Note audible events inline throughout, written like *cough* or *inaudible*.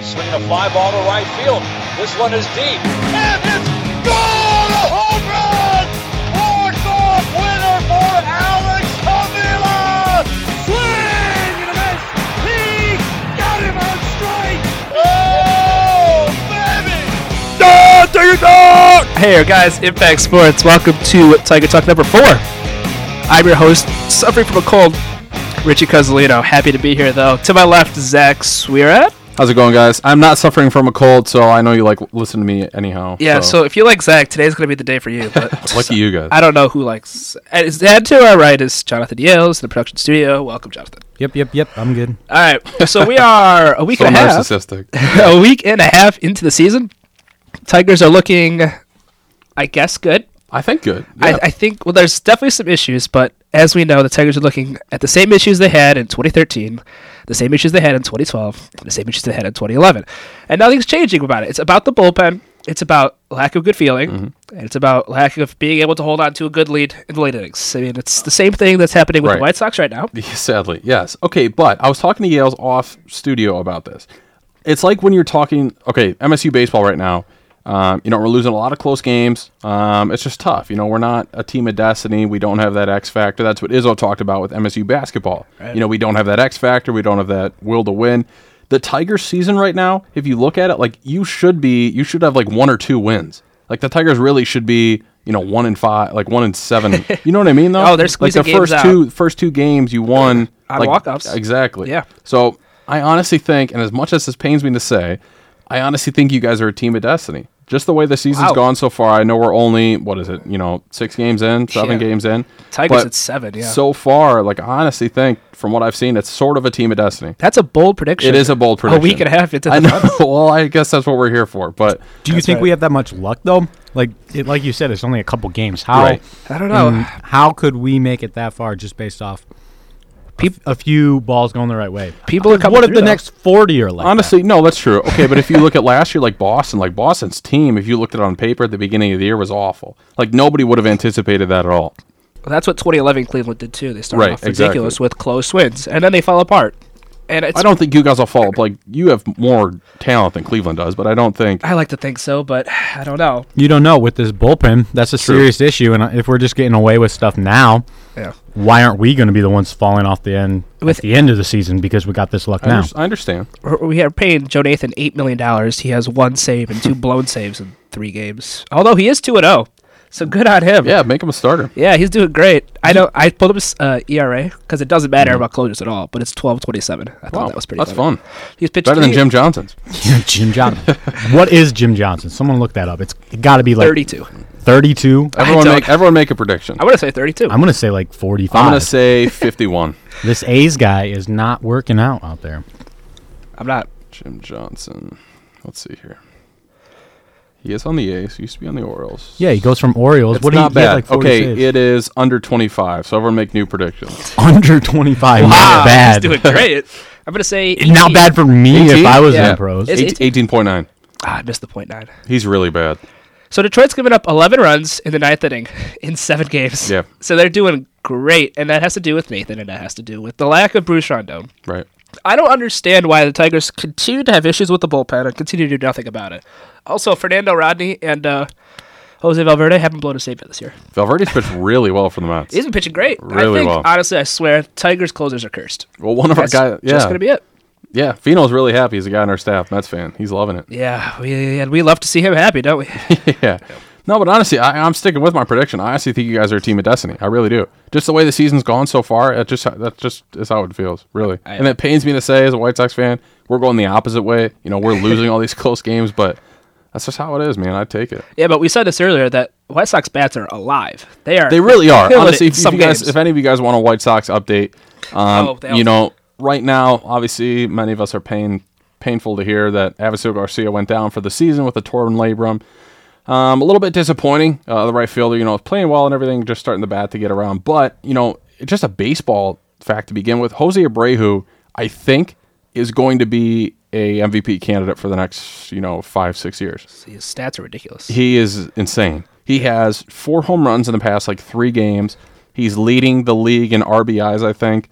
Swinging a fly ball to right field. This one is deep. And it's gone! A home run! Walk-off winner for Alex Avila! Swing and a miss! He got him on strike! Oh, baby! Hey guys, Impact Sports. Welcome to Tiger Talk number four. I'm your host, suffering from a cold, Richie Cozzolino. Happy to be here though. To my left, Zach Swirat. How's it going, guys? I'm not suffering from a cold, so I know you like listen to me anyhow. Yeah, so. if you like Zach, today's gonna be the day for you. But *laughs* lucky you guys. I don't know who likes. And his- and to our right is Jonathan Yales in the production studio. Welcome, Jonathan. Yep, yep, yep. I'm good. All right, so we are a week so and a half. narcissistic. a week and a half into the season. Tigers are looking, I guess, good. I think good. I, Yeah. I think well, there's definitely some issues, but as we know, the Tigers are looking at the same issues they had in 2013, the same issues they had in 2012, the same issues they had in 2011, and nothing's changing about it. It's about the bullpen. It's about lack of good feeling, Mm-hmm. and it's about lack of being able to hold on to a good lead in the late innings. I mean, it's the same thing that's happening with the Right. White Sox right now. *laughs* Sadly, yes. Okay, but I was talking to Yale's off studio about this. It's like when you're talking, okay, MSU baseball right now. Um, you know, we're losing a lot of close games. Um, it's just tough. You know, we're not a team of destiny. We don't have that X factor. That's what Izzo talked about with MSU basketball. You know, we don't have that X factor. We don't have that will to win. The Tigers season right now, if you look at it, like you should be, you should have like one or two wins. Like the Tigers really should be, you know, one in five, like one *laughs* in seven. You know what I mean? Though, Oh, they're squeezing like the games first out. two first two games you won On like, walk-offs. Exactly. Yeah. So I honestly think, and as much as this pains me to say, I honestly think you guys are a team of destiny. Just the way the season's Wow. gone so far, I know we're only what is it? You know, six games in, seven Yeah. games in. Tigers But at seven, yeah. So far, like I honestly think, from what I've seen, it's sort of a team of destiny. That's a bold prediction. It is a bold A prediction. week and a half into the I know. *laughs* well, I guess that's what we're here for. But Do you think we have that much luck though? Like, it, like you said, it's only a couple games. How? Right. I don't know. and How could we make it that far just based off Peop- a few balls going the right way? People are coming What if through, the though. next forty are like? that? Honestly, no, that's true. Okay, but if you look at last year, like Boston, like Boston's team, if you looked at it on paper at the beginning of the year, was awful. Like nobody would have anticipated that at all. Well, that's what 2011 Cleveland did too. They started Mm-hmm. Right, off exactly. ridiculous with close wins, and then they fell apart. And it's, I don't think you guys will fall up. Like you have more talent than Cleveland does, but I don't think. I like to think so, but *sighs* I don't know. you don't know with this bullpen. That's a serious issue, and uh, if we're just getting away with stuff now, Yeah. why aren't we going to be the ones falling off the end With- at the end of the season because we got this luck I, now? under- I understand. We are paying Joe Nathan eight million dollars. He has one save and two blown saves in three games. Although he is two and zero, so good on him. Yeah, make him a starter. Yeah, he's doing great. I know. I pulled up his uh, ERA because it doesn't matter about closers at all, but it's twelve twenty seven. I thought Mm-hmm. Wow, that was pretty. that's funny. fun. He's pitched Better than three- Jim Johnson's. *laughs* Jim Johnson. what is Jim Johnson? Someone look that up. It's got to be like thirty two. thirty-two. Everyone don't- make everyone make a prediction. I want to say thirty two. I'm going to say like forty-five. I'm *laughs* gonna say 51. This A's guy is not working out out there. I'm not. Jim Johnson. Let's see here. He is on the A's. Used to be on the Orioles. Yeah, he goes from Orioles. It's what not do you bad. get? Like 40 okay, saves? it is under 25. So everyone make new predictions. under twenty five. Wow, Not bad. Ah, He's doing *laughs* great. I'm gonna say Not 80. bad for me 18? if I was Yeah. E in pros. It's- E Eight- 18.9. Ah, I missed the point nine. He's really bad. So Detroit's given up 11 runs in the ninth inning *laughs* in seven games. Yeah. So they're doing great, and that has to do with Nathan, and that has to do with the lack of Bruce Rondon. Right. I don't understand why the Tigers continue to have issues with the bullpen and continue to do nothing about it. Also, Fernando Rodney and uh, Jose Valverde haven't blown a save yet this year. Valverde's pitched really well for the Mets. He's been pitching great. I Really think, well. honestly, I swear, Tigers closers are cursed. well, one of That's our guys. Yeah. just gonna be it. Yeah, Fino's really happy. He's a guy on our staff, Mets fan. He's loving it. Yeah, we and we love to see him happy, don't we? *laughs* *laughs* Yeah. No, but honestly, I, I'm sticking with my prediction. I honestly think you guys are a team of destiny. I really do. Just the way the season's gone so far, it just that just is how it feels, really. and it pains me to say, as a White Sox fan, we're going the opposite way. You know, we're losing all these close games, but that's just how it is, man. I take it. yeah, but we said this earlier that White Sox bats are alive. They are. They *laughs* really are. killing it Honestly, in if, if some you guys, games. if any of you guys want a White Sox update, um, Oh, they you also- know, right now, obviously, many of us are pain painful to hear that Aviso Garcia went down for the season with a torn labrum. Um, a little bit disappointing. Uh, the right fielder, you know, is playing well and everything, just starting the bat to get around. But you know, it's just a baseball fact to begin with. Jose Abreu, I think, is going to be a MVP candidate for the next, you know, five six years. His stats are ridiculous. He is insane. He has four home runs in the past like three games. He's leading the league in RBIs, I think.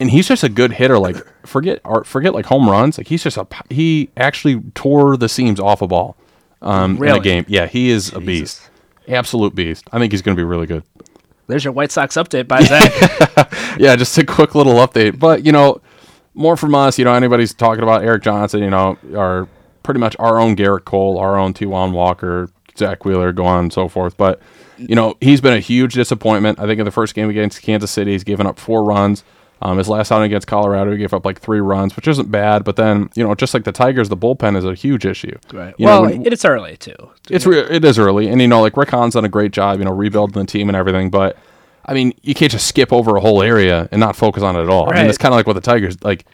and he's just a good hitter. Like forget or forget like home runs. Like he's just a p- he actually tore the seams off a ball um, in Really? a game. Yeah, he is a beast, absolute beast. I think he's going to be really good. There's your White Sox update by *laughs* Zach. Yeah, just a quick little update, but you know, more from us. You know, anybody's talking about Eric Johnson. You know, our pretty much our own Garrett Cole, our own T1 Walker, Zach Wheeler, go on and so forth. But you know, he's been a huge disappointment. I think in the first game against Kansas City, he's given up four runs. Um, his last outing against Colorado, he gave up like three runs, which isn't bad. But then, you know, just like the Tigers, the bullpen is a huge issue. You know, well, when- it- it's early too. it's re- it is early, and you know, like Rick Hahn's done a great job, you know, rebuilding the team and everything. But I mean, you can't just skip over a whole area and not focus on it at all. I mean, Right. it's kind of like what the Tigers like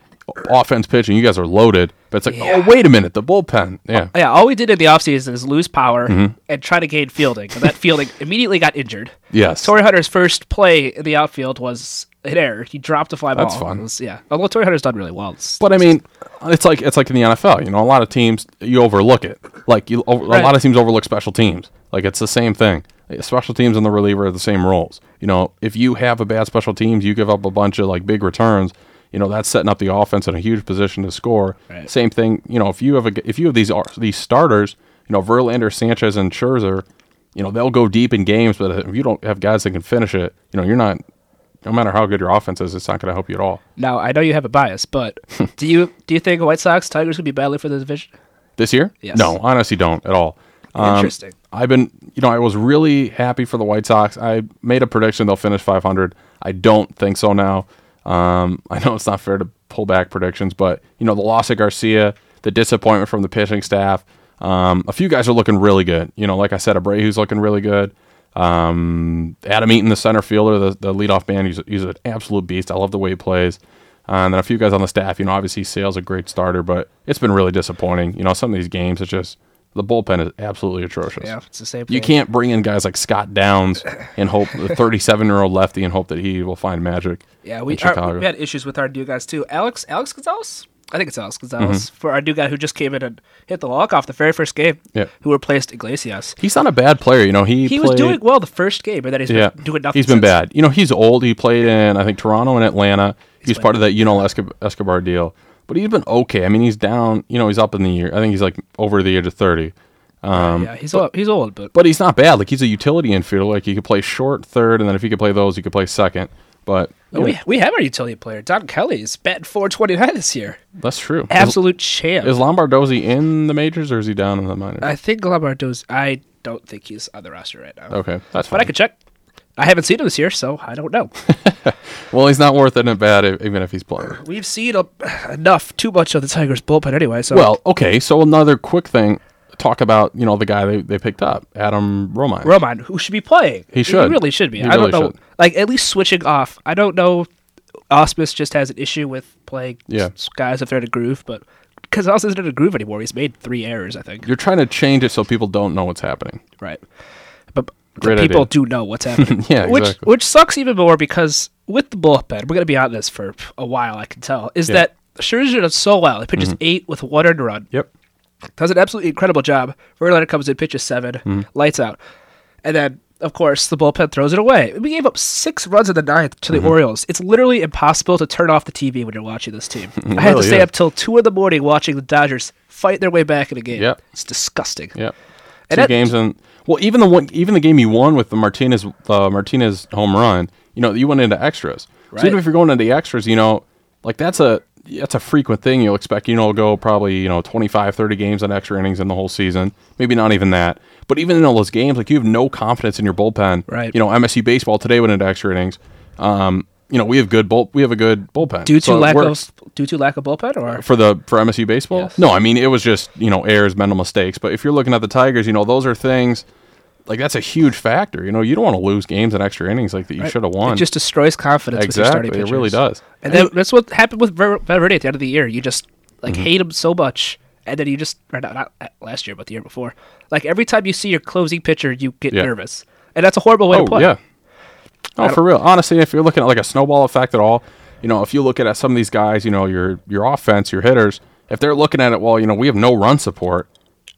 offense pitching. You guys are loaded, but it's like, oh wait a minute, the bullpen. Yeah, Yeah, all we did in the offseason is lose power Mm-hmm. and try to gain fielding. And that fielding *laughs* immediately got injured. yes, Torrey Hunter's first play in the outfield was an error. He dropped a fly ball. That's fun. It was- yeah. Although Torrey Hunter's done really well. It's- But I mean, it's like it's like in the NFL. You know, a lot of teams you overlook it. Like you, over, a lot Right. of teams overlook special teams. Like it's the same thing. Like, Special teams and the reliever are the same roles. You know, if you have a bad special teams, you give up a bunch of like big returns. You know, that's setting up the offense in a huge position to score. Right. Same thing. You know, if you have a g- if you have these ar- these starters, you know Verlander, Sanchez, and Scherzer, you know they'll go deep in games. But if you don't have guys that can finish it, you know you're not. No matter how good your offense is, it's not going to help you at all. now, I know you have a bias, *laughs* but do you do you think White Sox, Tigers would be battling for the division? This year? Yes. No, honestly, don't at all. Um, Interesting. I've been, you know, I was really happy for the White Sox. I made a prediction they'll finish 500. I don't think so now. Um, *laughs* I know it's not fair to pull back predictions, but you know, the loss of Garcia, the disappointment from the pitching staff. Um, a few guys are looking really good. You know, like I said, Abreu's looking really good. Um, Adam Eaton, the center fielder, the, the leadoff man, he's, he's an absolute beast. I love the way he plays. Uh, and then a few guys on the staff. You know, obviously Sale's a great starter, but it's been really disappointing. You know, some of these games, it's just the bullpen is absolutely atrocious. Yeah, it's the same You thing. can't bring in guys like Scott Downs and hope *laughs* the 37 year old lefty and hope that he will find magic. Yeah, in we, our, Chicago. we had issues with our new guys too. Alex Alex Gonzalez, I think it's Alex Gonzalez Mm-hmm. for our new guy who just came in and hit the walk off the very first game. Yeah. who replaced Iglesias. He's not a bad player. You know, he He was played- doing well the first game, and then he's Yeah, been doing nothing. He's been since. bad. You know, he's old. He played in I think Toronto and Atlanta. He's, part of that you know Escob- Escobar deal, but he's been okay. I mean, he's down. You know, he's up in the year. I think he's like over the age of thirty. Um, yeah, he's old, he's old, but but he's not bad. Like he's a utility infielder. Like he could play short, third, and then if he could play those, he could play second. But you know, we we have our utility player Don Kelly is batting 429 this year. that's true. Absolute Is, is champ. Lombardozzi in the majors or is he down in the minors? I think Lombardo's. I don't think he's on the roster right now. okay, that's fine. but I could check. I haven't seen him this year, so I don't *laughs* know. well, he's not worth it in bad, e- even if he's playing. We've seen a, enough, too much of the Tigers bullpen anyway. So Well, okay. So another quick thing. Talk about you know the guy they, they picked up, Adam Romine. Roman, who should be playing. He should. really should be. He I don't really know. should. Like at least switching off. I don't know. Osmus just has an issue with playing Yeah. s- guys if they're in a groove, but because Osmus isn't in a groove anymore, he's made three errors, I think. You're trying to change it so people don't know what's happening. Right. But the Great idea. people do know *laughs* what's happening. Yeah, which exactly. which sucks even more because with the bullpen, we're gonna be on this for a while. I can tell is Yeah. Mm-hmm. that Scherzer does so well. He pitches eight with one earned run. Yep. does an absolutely incredible job. Verlander comes in, pitches 7 Mm-hmm. lights out, and then of course the bullpen throws it away. We gave up six runs in the ninth to the Mm-hmm. Orioles. It's literally impossible to turn off the TV when you're watching this *laughs* team. I had to really stay is. up till two in the morning watching the Dodgers fight their way back in a game. Yep. It's disgusting. Yep. And Two that- games and well, even the one, even the game you won with the Martinez, uh, Martinez home run. You know, you went into extras. Right. So even if you're going into extras, you know, like that's a that's a frequent thing you'll expect. You know, it'll go probably you know 25, 30 games on extra innings in the whole season. Maybe not even that. But even in all those games, like you have no confidence in your bullpen. Right. You know, MSU baseball today went into extra innings. Um, you know, we have good bull, we have a good bullpen Due to So it lack works. of due to lack of bullpen or for the for MSU baseball? Yes. No, I mean it was just you know errors, mental mistakes. But if you're looking at the Tigers, you know those are things like that's a huge factor. You know you don't want to lose games in extra innings like that. You should have won. it just destroys confidence exactly, with your starting it really pitchers. does. And then that's what happened with Ver- Valverde at the end of the year. You just like Mm-hmm. hate him so much, and then you just or not, not last year, but the year before. Like every time you see your closing pitcher, you get Yeah. nervous, and that's a horrible way Oh to play. yeah. Oh, for real. Honestly, if you're looking at like a snowball effect at all, you know, if you look at, at some of these guys, you know, your your offense, your hitters, if they're looking at it, well, you know, we have no run support.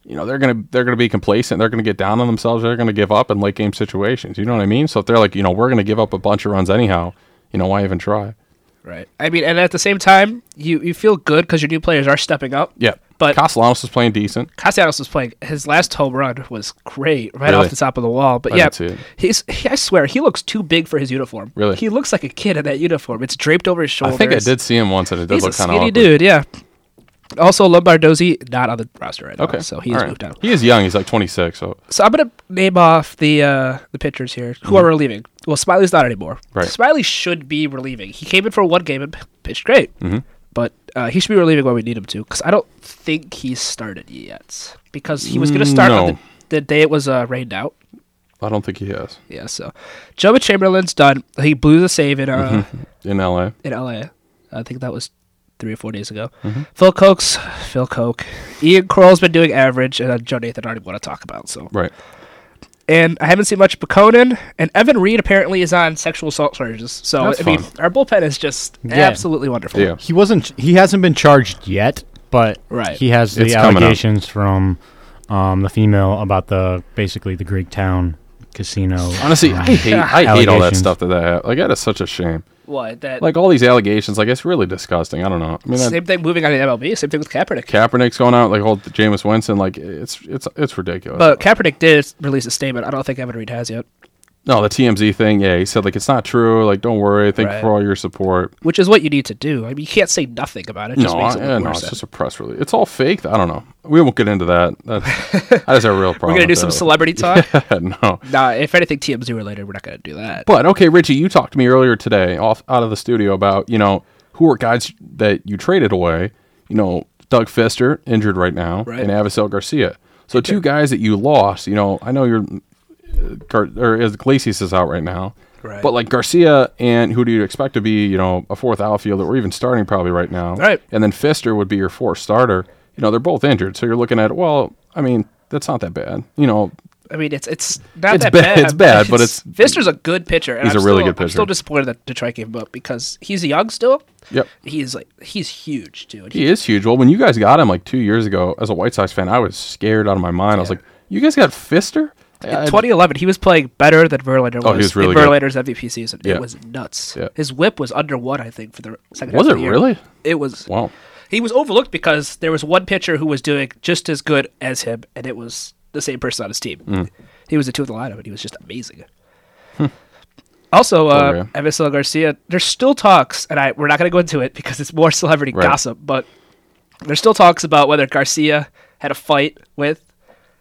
You know, they're gonna they're gonna be complacent. They're gonna get down on themselves. They're gonna give up in late game situations. You know what I mean? So if they're like, you know, we're gonna give up a bunch of runs anyhow. You know, why even try? Right. I mean, and at the same time, you, you feel good because your new players are stepping up. Yeah, But- Castellanos is playing decent. Castellanos was playing. His last home run was great, right Really? off the top of the wall. But I yeah, didn't see it. he's. He, I swear, he looks too big for his uniform. Really? He looks like a kid in that uniform. It's draped over his shoulders. I think I did see him once, and it does He's a look kind skinny of awkward. dude. Yeah. Also, Lombardozzi not on the roster right now. Okay, So he all has right. moved on. He is young. He's like 26. So So I'm gonna name off the uh, the pitchers here who are relieving. Well, Smiley's not anymore. Mm-hmm. Right. Smiley should be relieving. He came in for one game and p- pitched great, mm-hmm. but uh, he should be relieving when we need him to. Because I don't think he's started yet. Because he was gonna start on Mm, No. the, the day it was uh, rained out. I don't think he has Yeah. So Joe Chamberlain's done. He blew the save in Mm-hmm. uh, in LA. in LA. I think that was three or four days ago. Mm-hmm. Phil Koch's Phil Koch. Ian Kroll's been doing average, and uh, Joe Nathan I already want to talk about. So Right. and I haven't seen much of Conan. And Evan Reed apparently is on sexual assault charges. So That's I mean, fun. our bullpen is just absolutely wonderful. Yeah. He wasn't. He hasn't been charged yet, but Right. he has the It's coming up. allegations from um, the female about the basically the Greek town casino. Honestly, I hate I hate all that Allegations. stuff that that happened. Like that is such a shame. What that Like all these allegations. Like it's really disgusting. I don't know. I mean, that, same thing moving on to MLB. Same thing with Kaepernick. Kaepernick's going out. Like all the Jameis Winston. Like it's it's it's ridiculous. but Kaepernick did release a statement. I don't think Evan Reed has yet, no, the TMZ thing. Yeah, he said like it's not true. Like don't worry. Thank you Right. for all your support. which is what you need to do. I mean, you can't say nothing about it. it just no, makes I, it yeah, look no, worse it's then. just a press release. It's all faked. I don't know. We won't get into that. That's that is a real *laughs* problem. We're gonna do with some that. *laughs* celebrity talk. no. Nah, if anything TMZ related, we're not gonna do that. But okay, Richie, you talked to me earlier today off out of the studio about, you know, who are guys that you traded away. You know, Doug Fister, injured right now, Right. and Avisel Garcia. So two guys that you lost, you know, I know you're uh, Gar- or as Iglesias is out right now. Right. But like Garcia and who do you expect to be, you know, a fourth outfielder or even starting probably right now. Right. And then Fister would be your fourth starter. You know, they're both injured. So you're looking at, well, I mean, that's not that bad. You know, I mean, it's it's not It's that ba- bad. it's bad, but it's- *laughs* Fister's a good pitcher. And He's I'm a really still- good pitcher. I'm still disappointed that Detroit gave him up because he's young still. Yep. He's like he's huge too. And He is huge. Well, when you guys got him like two years ago, as a White Sox fan, I was scared out of my mind. I was like, "You guys got Fister?" In I- 2011, he was playing better than Verlander was, Oh, he was really in good. Verlander's MVP season. Yeah. It was nuts. Yeah. His whip was under one, I think, for the second. Was half it of the year. really? It was. wow. He was overlooked because there was one pitcher who was doing just as good as him, and it was the same person on his team. Hmm. He was the two in the lineup, and he was just amazing. *laughs* also, uh, Okay. Evisel Garcia, there's still talks, and I we're not going to go into it because it's more *laughs* celebrity Right. gossip, but there's still talks about whether Garcia had a fight with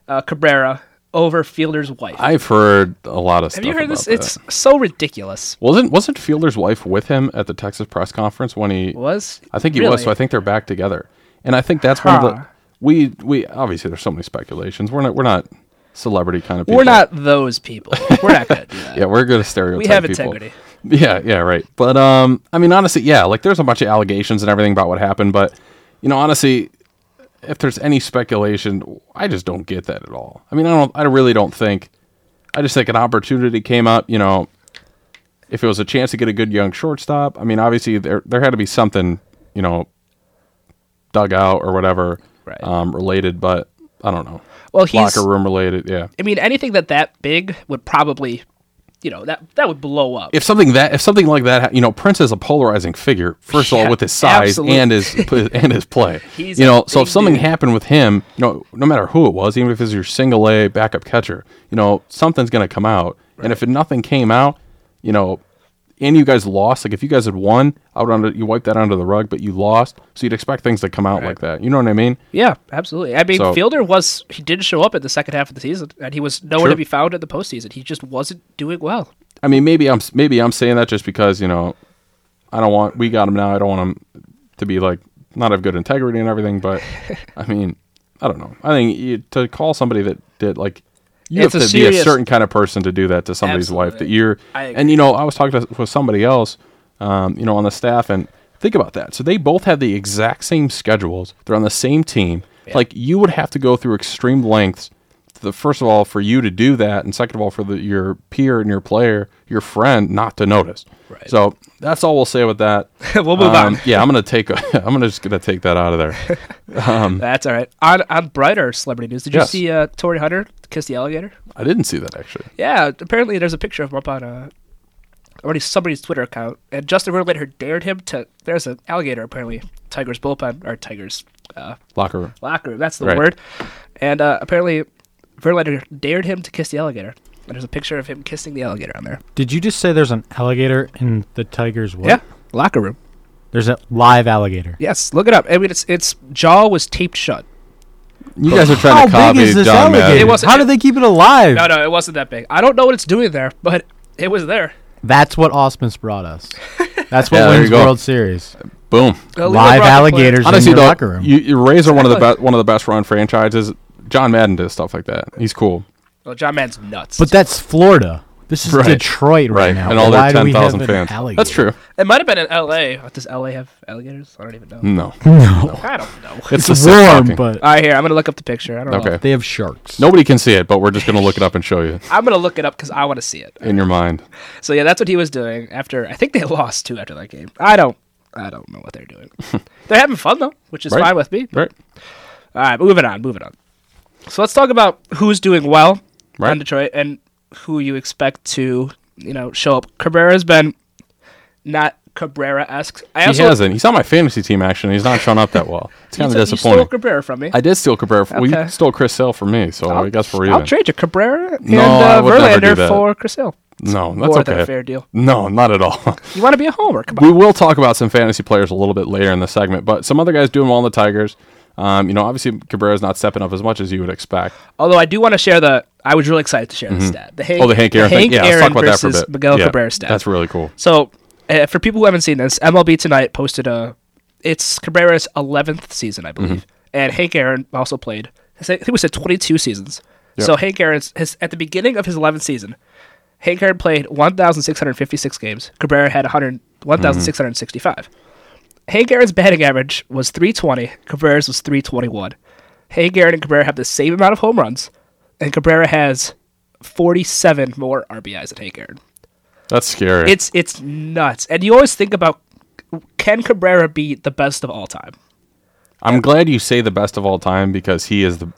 uh, Cabrera over Fielder's wife. I've heard a lot of stuff. Have you heard about this? that. It's so ridiculous. wasn't wasn't Fielder's wife with him at the Texas press conference when he Was I think he Really? was. So I think they're back together, and I think that's one of Huh. the we we obviously there's so many speculations. We're not we're not celebrity kind of people. we're not those people. We're not going to *laughs* do that. Yeah, we're good at stereotype. We have people. integrity. *laughs* Yeah, yeah, right. But um, I mean, honestly, yeah, like there's a bunch of allegations and everything about what happened, but you know, honestly, if there's any speculation, I just don't get that at all. I mean, I don't, I really don't think. I just think an opportunity came up. You know, if it was a chance to get a good young shortstop, I mean, obviously there there had to be something, you know, dug out or whatever, Right. um, related. But I don't know, Well, he's locker room related. Yeah, I mean, anything that that big would probably, you know, that that would blow up. if something that if something like that, ha- you know, Prince is a polarizing figure. First of all, Yeah, with his size absolutely. *laughs* and his p- and his play, He's you a know. So if big something dude. happened with him, you know, no matter who it was, even if it's your single A backup catcher, you know, something's going to come out. And if nothing came out, you know, and you guys lost, like if you guys had won, I would under you wipe that under the rug, but you lost, so you'd expect things to come out like that. You know what I mean? yeah, absolutely. I mean, So- Fielder was he didn't show up in the second half of the season, and he was nowhere Sure. to be found in the postseason. He just wasn't doing well. I mean, maybe I'm maybe I'm saying that just because you know, I don't want we got him now. I don't want him to be like not have good integrity and *laughs* everything. But I mean, I don't know. I think you, to call somebody that did like you It's have a to be a serious- certain kind of person to do that to somebody's wife. That Absolutely. you're I and you know I was talking to, with somebody else, um, you know, on the staff and think about that. So they both had the exact same schedules. They're on the same team. Like you would have to go through extreme lengths the first of all for you to do that and second of all for the, your peer and your player your friend not to notice Right. so that's all we'll say with that *laughs* We'll move Um, on. yeah i'm gonna take *laughs* i'm gonna just gonna take that out *laughs* of there That's all right. On on brighter celebrity news, did you Mm-hmm. Yes. see uh, Tory Hunter kiss the alligator? i didn't see that actually Yeah, apparently there's a picture of him up on uh, already somebody's Twitter account, and Justin Verlander dared him to. There's an alligator apparently. Tigers bullpen or Tigers uh, Locker room. locker room. That's the Right. word. And uh, apparently, Verlander dared him to kiss the alligator. And there's a picture of him kissing the alligator on there. Did you just say there's an alligator in the tiger's what? Yeah, locker room. There's a live alligator. Yes, look it up. I mean, its its jaw was taped shut. You guys are trying to copy John Madden. It was- How do they keep it alive? No, no, it wasn't that big. I don't know what it's doing there, but it was there. That's what Osmus brought *laughs* us. That's what Yeah, there you wins go. World Series. Boom. A Leo live Brock alligators in Honestly, your though, locker room. You, you Rays are one of the Exactly. best one of the best run franchises. John Madden does stuff like that. He's cool. player. Well, John Madden's nuts. but that's Florida. This is Right. Detroit right, now. and all their Why do we ten have thousand an fans. alligator? That's true. it might have been in L.A. What, Does L.A. have alligators? I don't even know. *laughs* No, I don't know. it's, the It's sick warm, fucking- but All right, here I'm gonna look up the picture. I don't know. okay. they have sharks. Nobody can see it, but we're just gonna look it up and show you I'm gonna look it up because I want to see it. in your mind. So yeah, that's what he was doing after. I think they *laughs* lost too after that game. I don't. I don't know what they're *laughs* doing. they're having fun though, which is Right. fine with me. Right. All right, moving on, moving on. So let's talk about who's doing well Right. on Detroit and who you expect to, you know, show up. Cabrera's been not Cabrera esque. I He hasn't. He's on my fantasy team actually. and He's not shown up that well. It's you kind of took- you stole disappointing. Cabrera from me. I did steal Cabrera. From, Well, Okay. you stole Chris Sale from me, so I guess we're even. I'll trade you Cabrera and No, I uh, would never do Verlander that. for Chris Hill. no, that's More okay. than a fair deal. No, not at all. You want to be a homer? Come on. we will talk about some fantasy players a little bit later in the segment, but some other guys doing well in the Tigers. Um, you know, obviously Cabrera's not stepping up as much as you would expect. Although I do want to share the. I was really excited to share the stat. The Hank, oh, the Hank Aaron thing. Yeah, let's talk Aaron about that for a versus bit. Miguel yeah, Cabrera stat. That's really cool. So, uh, for people who haven't seen this, MLB Tonight posted a. It's Cabrera's 11th season, I believe. And Hank Aaron also played, I think we said 22 seasons. So, Hank Aaron's, his, at the beginning of his 11th season, Hank Aaron played 1,656 games. Cabrera had 100 1,665. Hank Aaron's batting average was 320, Cabrera's was 321. Hank Aaron and Cabrera have the same amount of home runs, and Cabrera has 47 more RBIs than Hank Aaron. That's scary. It's it's nuts. And you always think about can Cabrera be the best of all time? I'm glad you say the best of all time because he is the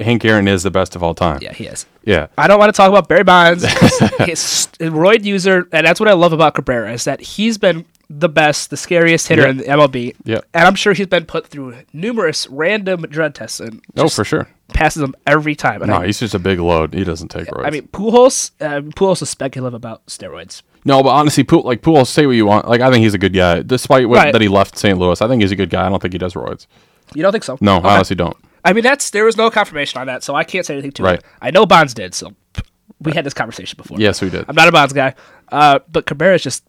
Hank Aaron is the best of all time. Yeah, he is. Yeah. I don't want to talk about Barry *laughs* Bonds. his roid user, and that's what I love about Cabrera is that he's been the best, the scariest hitter Yeah. in the MLB. Yeah. And I'm sure he's been put through numerous random drug tests and Oh, just for sure. passes them every time. And No, I, he's just a big load. He doesn't take roids. I mean, Pujols, uh, Pujols is speculative about steroids. no, but honestly, Pool, like Pool, say what you want. Like, I think he's a good guy, despite what, Right. that he left St. Louis. I think he's a good guy. I don't think he does roids. You don't think so? No, Okay. I honestly don't. I mean, that's there was no confirmation on that, so I can't say anything to Right. it. I know Bonds did, so pff, we had this conversation before. Yes, we did. I'm not a Bonds guy, uh, but Cabrera's just.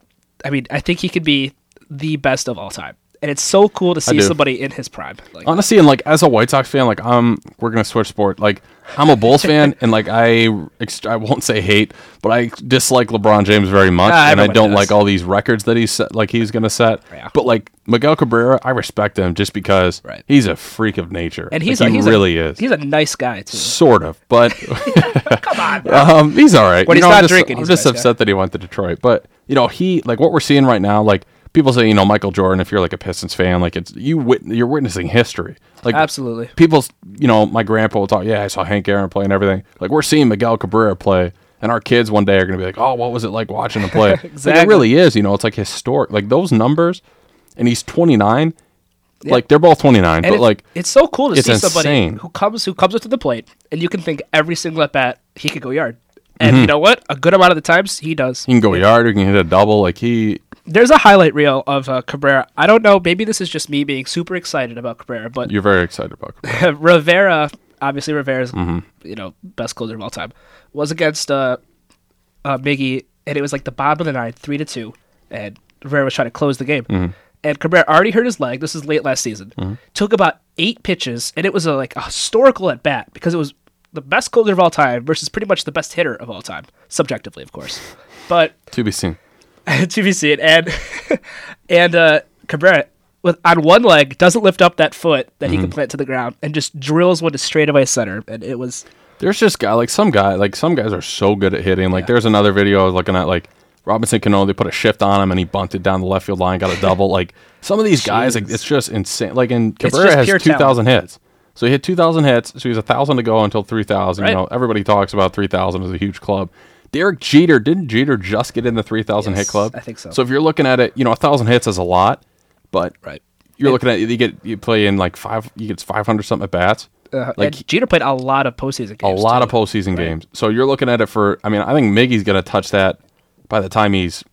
I mean, I think he could be the best of all time, and it's so cool to see do. Uh, somebody in his prime. Like, honestly and like as a white sox fan like i'm we're gonna switch sport like i'm *laughs* a bulls fan and like i ext- i won't say hate but i dislike lebron james very much Ah, and i everyone don't does. like all these records that he's set, like he's gonna set Yeah. but like miguel cabrera i respect him just because Right. he's a freak of nature and Like, he's a, he he's a- really is He's a nice guy too. sort of but *laughs* Come on, bro. um, he's all right. When You he's know, not I'm just, drinking, I'm he's a just nice guy. upset that he went to Detroit. But you know, he like what we're seeing right now. Like people say, you know, Michael Jordan. If you're like a Pistons fan, like it's you wit- you're witnessing history. Like Absolutely. people's. You know, my grandpa will talk. Yeah, I saw Hank Aaron play and everything. Like we're seeing Miguel Cabrera play. And our kids one day are going to be like, "Oh, what was it like watching him *laughs* play?" Like, Exactly. it really is, you know. It's like historic. Like those numbers, and he's 29. Like they're both 29, And but it- like it's so cool to it's see somebody insane. who comes who comes up to the plate, and you can think every single at bat he could go yard. And Mm-hmm. you know what? A good amount of the times he does. he can go yard, he can hit a double. Like he There's a highlight reel of uh, Cabrera. I don't know. Maybe this is just me being super excited about Cabrera, but You're very *laughs* excited about. Cabrera. Rivera, obviously Rivera's you know best closer of all time, was against uh, uh, Miggy, and it was like the bottom of the ninth, three to two, and Rivera was trying to close the game. And Cabrera already hurt his leg. This is late last season. Took about eight pitches, and it was a, like a historical at bat because it was the best closer of all time versus pretty much the best hitter of all time, subjectively, of course. But To be seen. *laughs* to be seen. And and uh, Cabrera with on one leg doesn't lift up that foot that he Mm-hmm. can plant to the ground and just drills one to straightaway center. And it was There's just guy like some guy like some guys are so good at hitting. Like there's another video I was looking at like Robinson Cano. They put a shift on him and he bunted down the left field line, got a double. like some of these guys, like it's just insane. Like and Cabrera just has pure two talent. thousand hits. So he hit two thousand hits. So he's a thousand to go until three thousand. Right. You know everybody talks about three thousand as a huge club. Derek Jeter didn't Jeter just get in the three thousand hit Yes, club? I think so. So if you're looking at it, you know, thousand hits is a lot, but Right. you're looking at you get you play in like five, you get five hundred something at bats, Uh, like and Jeter played a lot of postseason a games. lot too. of postseason games. So you're looking at it for. I mean, I think Miggy's going to touch that by the time he's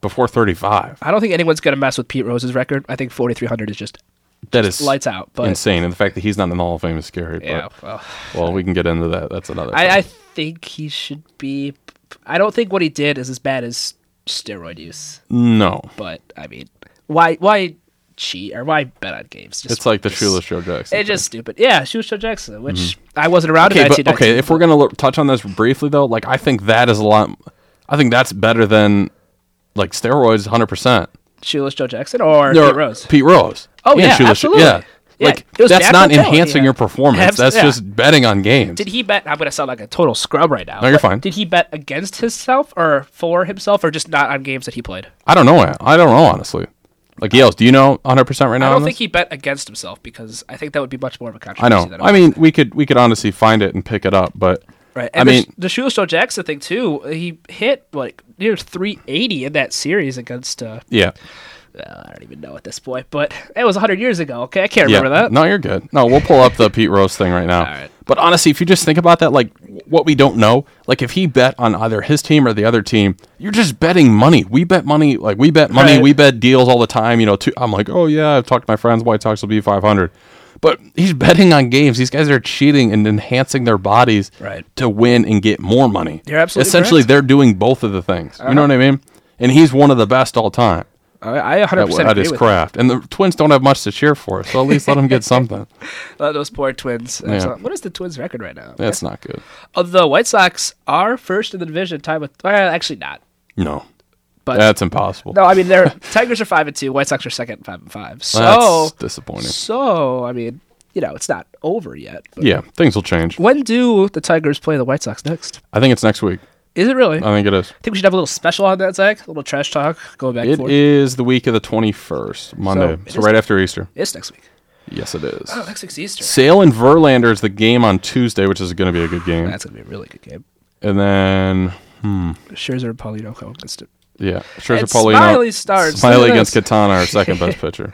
before thirty five. I don't think anyone's going to mess with Pete Rose's record. I think 4,300 is just That is lights out, but- insane. And the fact that he's not in the Hall of Fame is scary. yeah. But, Well, well, we can get into that. That's another. I, thing. I think he should be. I don't think what he did is as bad as steroid use, no, but I mean, why why cheat or why bet on games? Just, it's like the just- shoeless Joe Jackson. It's just stupid. Yeah, Shoe Joe Jackson, which I wasn't around Mm-hmm. okay, in but 1990. okay. If we're gonna look, touch on this briefly though, like I think that is a lot. I think that's better than like steroids, hundred percent. Shoeless Joe Jackson or Pete Rose. Pete Rose. Oh, yeah, Shoeless- absolutely. Yeah. Yeah, Like it was that's natural not talent, enhancing yeah. your performance. Abs- that's yeah. just betting on games. Did he bet? I'm going to sound like a total scrub right now. No, you're but fine. Did he bet against himself or for himself or just not on games that he played? I don't know. I don't know honestly. Like Yales, do you know hundred percent right I now? on don't this? think he bet against himself because I think that would be much more of a I controversy. know. Than I mean, we could we could honestly find it and pick it up, but right? I And the, mean, the Shoeless Joe Jackson thing too. He hit like near 380 in that series against. Uh, yeah, I don't even know at this point, but it was 100 years ago. Okay, I can't yeah. remember that. No, you're good. No, we'll pull up the Pete Rose thing right now. right. But honestly, if you just think about that, like w- what we don't know, like if he bet on either his team or the other team, you're just betting money. We bet money, like we bet money, Right. we bet deals all the time. You know, too, I'm like, oh yeah, I've talked to my friends. White Sox will be 500. But he's betting on games. These guys are cheating and enhancing their bodies Right. to win and get more money. You're absolutely essentially correct. Uh-huh. they're doing both of the things. You know what I mean? And he's one of the best all time. I, I 100% at, agree at his with craft. And the Twins don't have much to cheer for, so at least let *laughs* them get something. you. Uh, those poor Twins. I'm Yeah. sorry. What is the Twins' record right now? That's not good. Although White Sox are first in the division, tied with well, actually not. No, But that's impossible. no, I mean they're *laughs* Tigers are five and two. White Sox are second, five and five. So that's disappointing. So, I mean, you know, it's not over yet. But Yeah, things will change. When do the Tigers play the White Sox next? I think it's next week. Is it really? I think it is. I think we should have a little special on that, Zach. A little trash talk, going back and It forth. is the week of the 21st, Monday. it So, is- right after Easter. It's next week. Yes, it is. Oh, next week's Easter. Sale and Verlander is the game on Tuesday, which is going to be a good game. That's gonna be a really good game. and then, Scherzer and Paulino go against it. yeah, Scherzer And Paulino. Smiley starts. Look Smiley at against this. Katana, our *laughs* second best pitcher.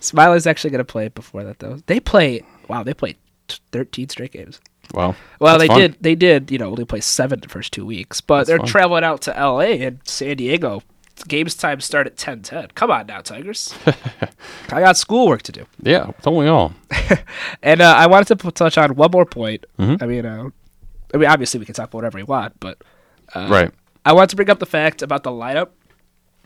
Smiley's actually gonna play it before that though. They play. Wow, they played t- thirteen straight games. Wow. Well, That's they fun. did. They did. You know, only play seven the first two weeks, but they're fun. traveling out to L.A. and San Diego. Games time start at ten ten. Come on now, *laughs* Tigers. I got schoolwork to do. Yeah, don't we all? And uh, I wanted to p- touch on one more point. Mm-hmm. I mean, uh, I mean, obviously we can talk about whatever we want, but Uh, right. I wanted to bring up the fact about the lineup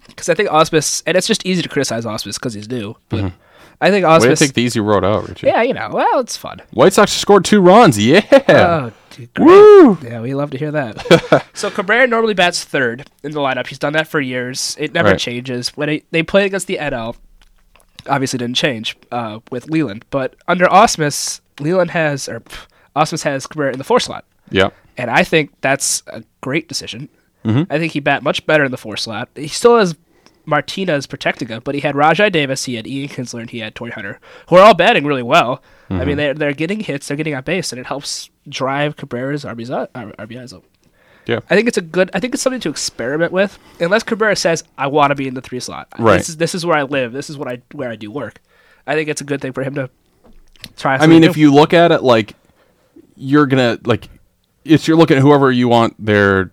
because I think Osmus, and it's just easy to criticize Osmus because he's new, but Mm-hmm. I think Way to Osmus. take the easy road out, Richie. yeah, you know, well, it's fun. White Sox scored two runs. Yeah. Oh, dude, great. Woo! Yeah, we love to hear that. so Cabrera normally bats third in the lineup. He's done that for years. It never Right. changes. When it, they play against the NL, obviously didn't change uh, with Leland, but under Osmus, Leland has or pff, Osmus has Cabrera in the four slot, Yeah. and I think that's a great decision. Mm-hmm. I think he bat much better in the four slot. He still has Martinez protecting him, but he had Rajai Davis, he had Ian Kinsler, and he had Tory Hunter, who are all batting really well. I Mm-hmm. mean, they're they're getting hits, they're getting on base, and it helps drive Cabrera's RBIs up. R- RBIs up. Yeah. I think it's a good. I think it's something to experiment with. Unless Cabrera says, "I want to be in the three slot. Right. This is this is where I live. This is what I where I do work." I think it's a good thing for him to try. I mean, if you look at it like you're gonna like, it's you're looking at whoever you want their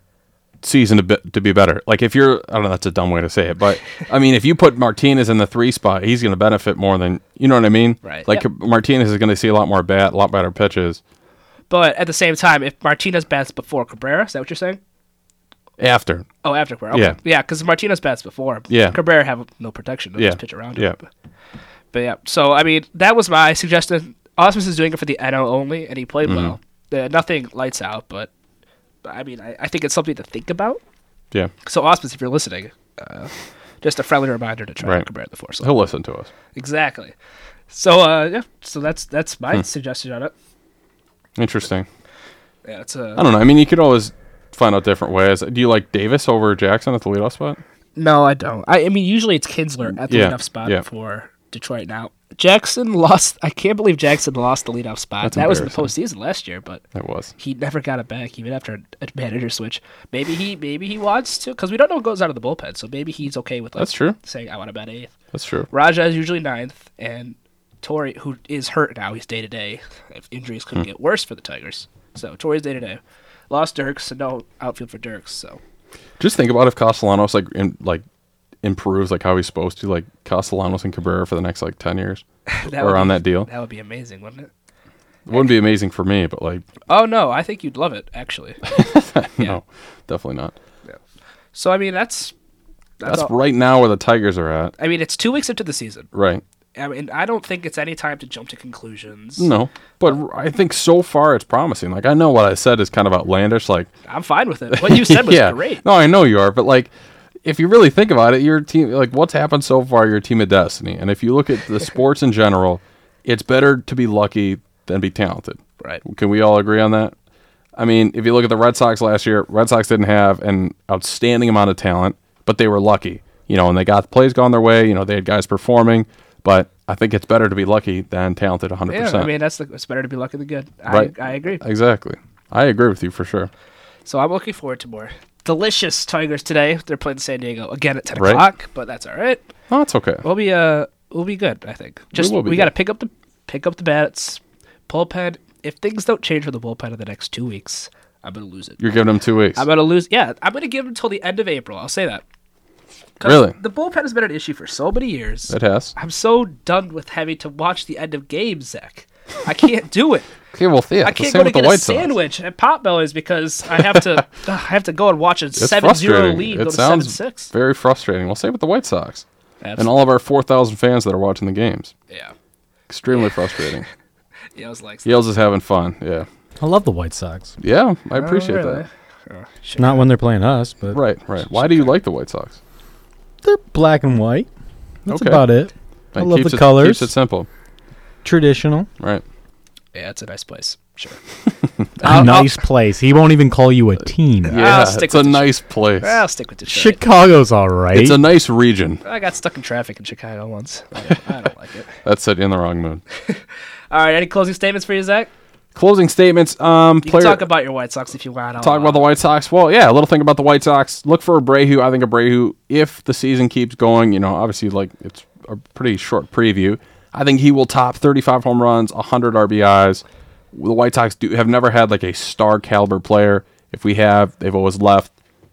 season to be, to be better. Like if you're, I don't know, that's a dumb way to say it, *laughs* but I mean, if you put Martinez in the three spot, he's gonna benefit more than you know what I mean. Right. Like Yep. Martinez is gonna see a lot more bat, a lot better pitches but at the same time, if Martinez bats before Cabrera, is that what you're saying? after. Oh, after Cabrera. Okay. Yeah. Yeah, because Martinez bats before. Yeah. Cabrera have no protection. They'll Yeah. just pitch around him. Yeah. But yeah, so I mean, that was my suggestion. Osmus is doing it for the NL only, and he played Mm-hmm. well. Uh, nothing lights out, but but, I mean, I, I think it's something to think about. Yeah. So Osmus, if you're listening, uh, just a friendly reminder to try Right. and Cabrera at the four slot. He'll listen to us. Exactly. So uh, yeah, so that's that's my Hmm. suggestion on it. Interesting. Yeah, it's a I don't know. I mean, you could always find out different ways. Do you like Davis over Jackson at the leadoff spot? No, I don't. I, I mean, usually it's Kinsler at the Yeah, leadoff spot yeah. for Detroit now. Jackson lost. I can't believe Jackson lost the leadoff spot. That's that was in the embarrassing. postseason last year, but That was. he never got it back, even after a manager switch. Maybe he, maybe he wants to, because we don't know what goes out of the bullpen. So maybe he's okay with like, That's true. saying I want to bat eighth. That's true. Raja is usually ninth, and Tori, who is hurt now, he's day to day. If injuries Hmm. could get worse for the Tigers, so Tori's day to day. Lost Dirks, so no outfield for Dirks. So *laughs* Just think about if Castellanos like in, like improves like how he's supposed to, like Castellanos and Cabrera for the next like ten years, that or would on be- that deal. that would be amazing, wouldn't it? It wouldn't be amazing for me, but like Oh no, I think you'd love it *laughs* actually. no, definitely not. So I mean, that's that's, That's all- right now where the Tigers are at. I mean, it's two weeks into the season. Right. I mean, I don't think it's any time to jump to conclusions. No, but Uh, r- I think so far it's promising. Like I know what I said is kind of outlandish. Like I'm fine with it. What you *laughs* said was great. No, I know you are, but like if you really think about it, your team like what's happened so far, your team of destiny. And if you *laughs* look at the sports in general, it's better to be lucky than be talented. Right. Can we all agree on that? I mean, if you look at the Red Sox last year, Red Sox didn't have an outstanding amount of talent, but they were lucky, you know, and they got plays gone their way. You know, they had guys performing, but I think it's better to be lucky than talented 100%. Yeah, I mean, that's the, it's better to be lucky than good. I, Right. I agree. Exactly. I agree with you for sure. So I'm looking forward to more delicious Tigers today. They're playing San Diego again at 10 Right. o'clock, but that's all right. No, it's okay. We'll be uh we'll be good. I think. Just we, will be got to good. pick up the pick up the bats, bullpen. If things don't change for the bullpen in the next two weeks, I'm gonna lose it. You're giving them two weeks. I'm gonna lose. Yeah, I'm gonna give them till the end of April. I'll say that. 'Cause Really? The bullpen has been an issue for so many years. It has. I'm so done with having to watch the end of games, Zach. I can't do *laughs* it. Okay, well, yeah, I the can't go to same with the get a White Sox. sandwich at Potbelly's because I have *laughs* to. ugh, I have to go and watch a It's 7-0 frustrating. lead it go to seven sounds six. very frustrating. Well, same with the White Sox and all of our 4,000 fans that are watching the games. yeah, *laughs* Extremely frustrating. yeah, I was like, Yale's is having fun. Yeah. I love the White Sox. Yeah, I appreciate "Oh, really? that. Not when they're playing us, but Right, right. Why do you like the White Sox? they're black and white. That's Okay. about it. I It love keeps the it, colors. Keeps it simple. Traditional. Right. yeah, it's a nice place. Sure, A nice place. He won't even call you a team. Yeah, Ah, stick it's with a the- Ah, nice place. I'll, I'll stick with Detroit. Chicago's all right. It's a nice region. I got stuck in traffic in Chicago once. I don't, I don't like it. That's it in the wrong mood. All right, any closing statements for you, Zach? Closing statements. Um, You player, can talk about your White Sox if you want. I'll- talk about the White Sox. Well, yeah, a little thing about the White Sox. Look for Abreu. I think Abreu, if the season keeps going, you know, obviously, like it's a pretty short preview. I think he will top 35 home runs, 100 RBIs. The White Sox do have never had like a star caliber player. If we have, they've always left,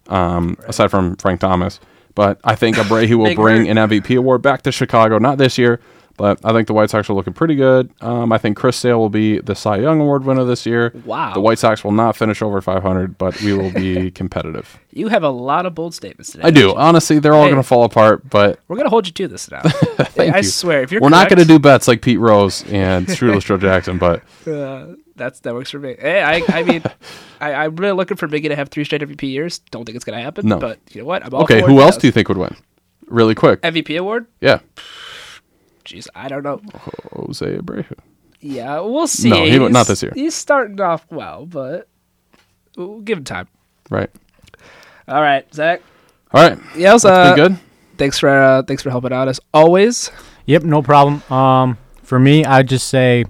um, aside from Frank Thomas. But I think Abreu will Big bring hurt. an MVP award back to Chicago. Not this year, but I think the White Sox are looking pretty good. Um, I think Chris Sale will be the Cy Young Award winner this year. Wow. The White Sox will not finish over 500, but we *laughs* will be competitive. You have a lot of bold statements today. I do. Honestly, they're all Hey. going to fall apart, but We're gonna hold you to this *laughs* now. Thank I you. swear, if you're we're not going correct- to do bets like Pete Rose and *laughs* Shoeless Joe Jackson. But Uh, that's that works for me. Hey, I, I mean, *laughs* I, I'm really looking for Biggie to have three straight MVP years. Don't think it's gonna happen. No. but you know what? I'm all okay, for who it. else do you think would win? Really quick. MVP award? Yeah. Jeez, I don't know. Jose Abreu. Yeah, we'll see. he w- not this year. He's starting off well, but we'll give him time. Right. All right, Zach. All right. Yeah, was, That's uh, been good. Thanks for uh, thanks for helping out as always. Yep, no problem. Um, for me, I'd just say,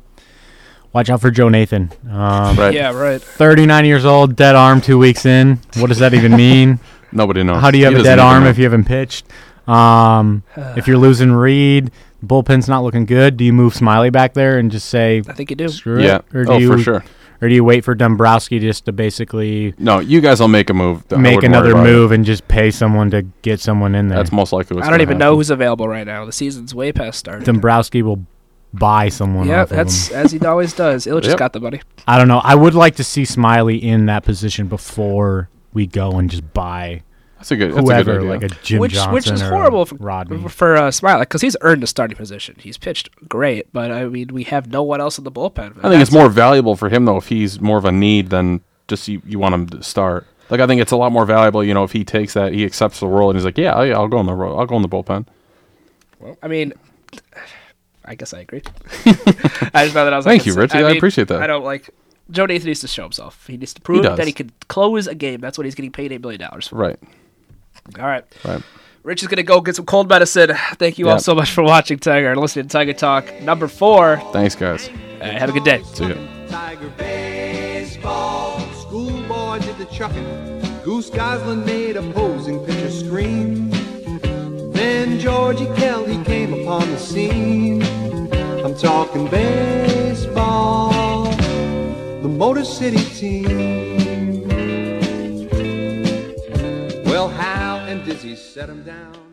watch out for Joe Nathan. Um, Right. Yeah, right. 39 years old, dead arm two weeks in. What does that even mean? Nobody knows. How do you have He a doesn't dead even arm know. if you haven't pitched? *sighs* Um, if you're losing Reed, bullpen's not looking good. Do you move Smiley back there and just say I think you do. screw Yeah. it, or do oh, you for sure. or do you wait for Dombrowski just to basically No, you guys will make a move. I make wouldn't worry another about it. move and just pay someone to get someone in there? That's most likely what's I don't gonna even happen. know who's available right now. The season's way past start. Dombrowski will buy someone. Yeah, off of him. that's as he always does. Illich just Yep. got the money. I don't know. I would like to see Smiley in that position before we go and just buy That's a good. That's a whoever, good idea. like a Jim which Johnson which is or a horrible for Rodney. for uh, Smiley because he's earned a starting position. He's pitched great, but I mean we have no one else in the bullpen. I think it's more valuable for him though if he's more of a need than just you, you want him to start. Like I think it's a lot more valuable, you know, if he takes that, he accepts the role, and he's like, yeah, I, I'll go in the role, I'll go in the bullpen. Well, I mean, I guess I agree. *laughs* I just know that I was. Thank like, you, Richie. I appreciate that. I don't like. Joe Nathan needs to show himself. He needs to prove does. that he can close a game. That's what he's getting paid eight million dollars for. Right, All right. right. Rich is going to go get some cold medicine. Thank you all Yep. so much for watching Tiger and listening to Tiger Talk number four. Thanks, guys. Uh, have a good day. See ya. Tiger baseball. Schoolboy did the chucking. Goose Goslin made opposing pitcher scream. Then Georgie Kelly came upon the scene. I'm talking baseball, the Motor City team. Well, Hal and Dizzy set him down.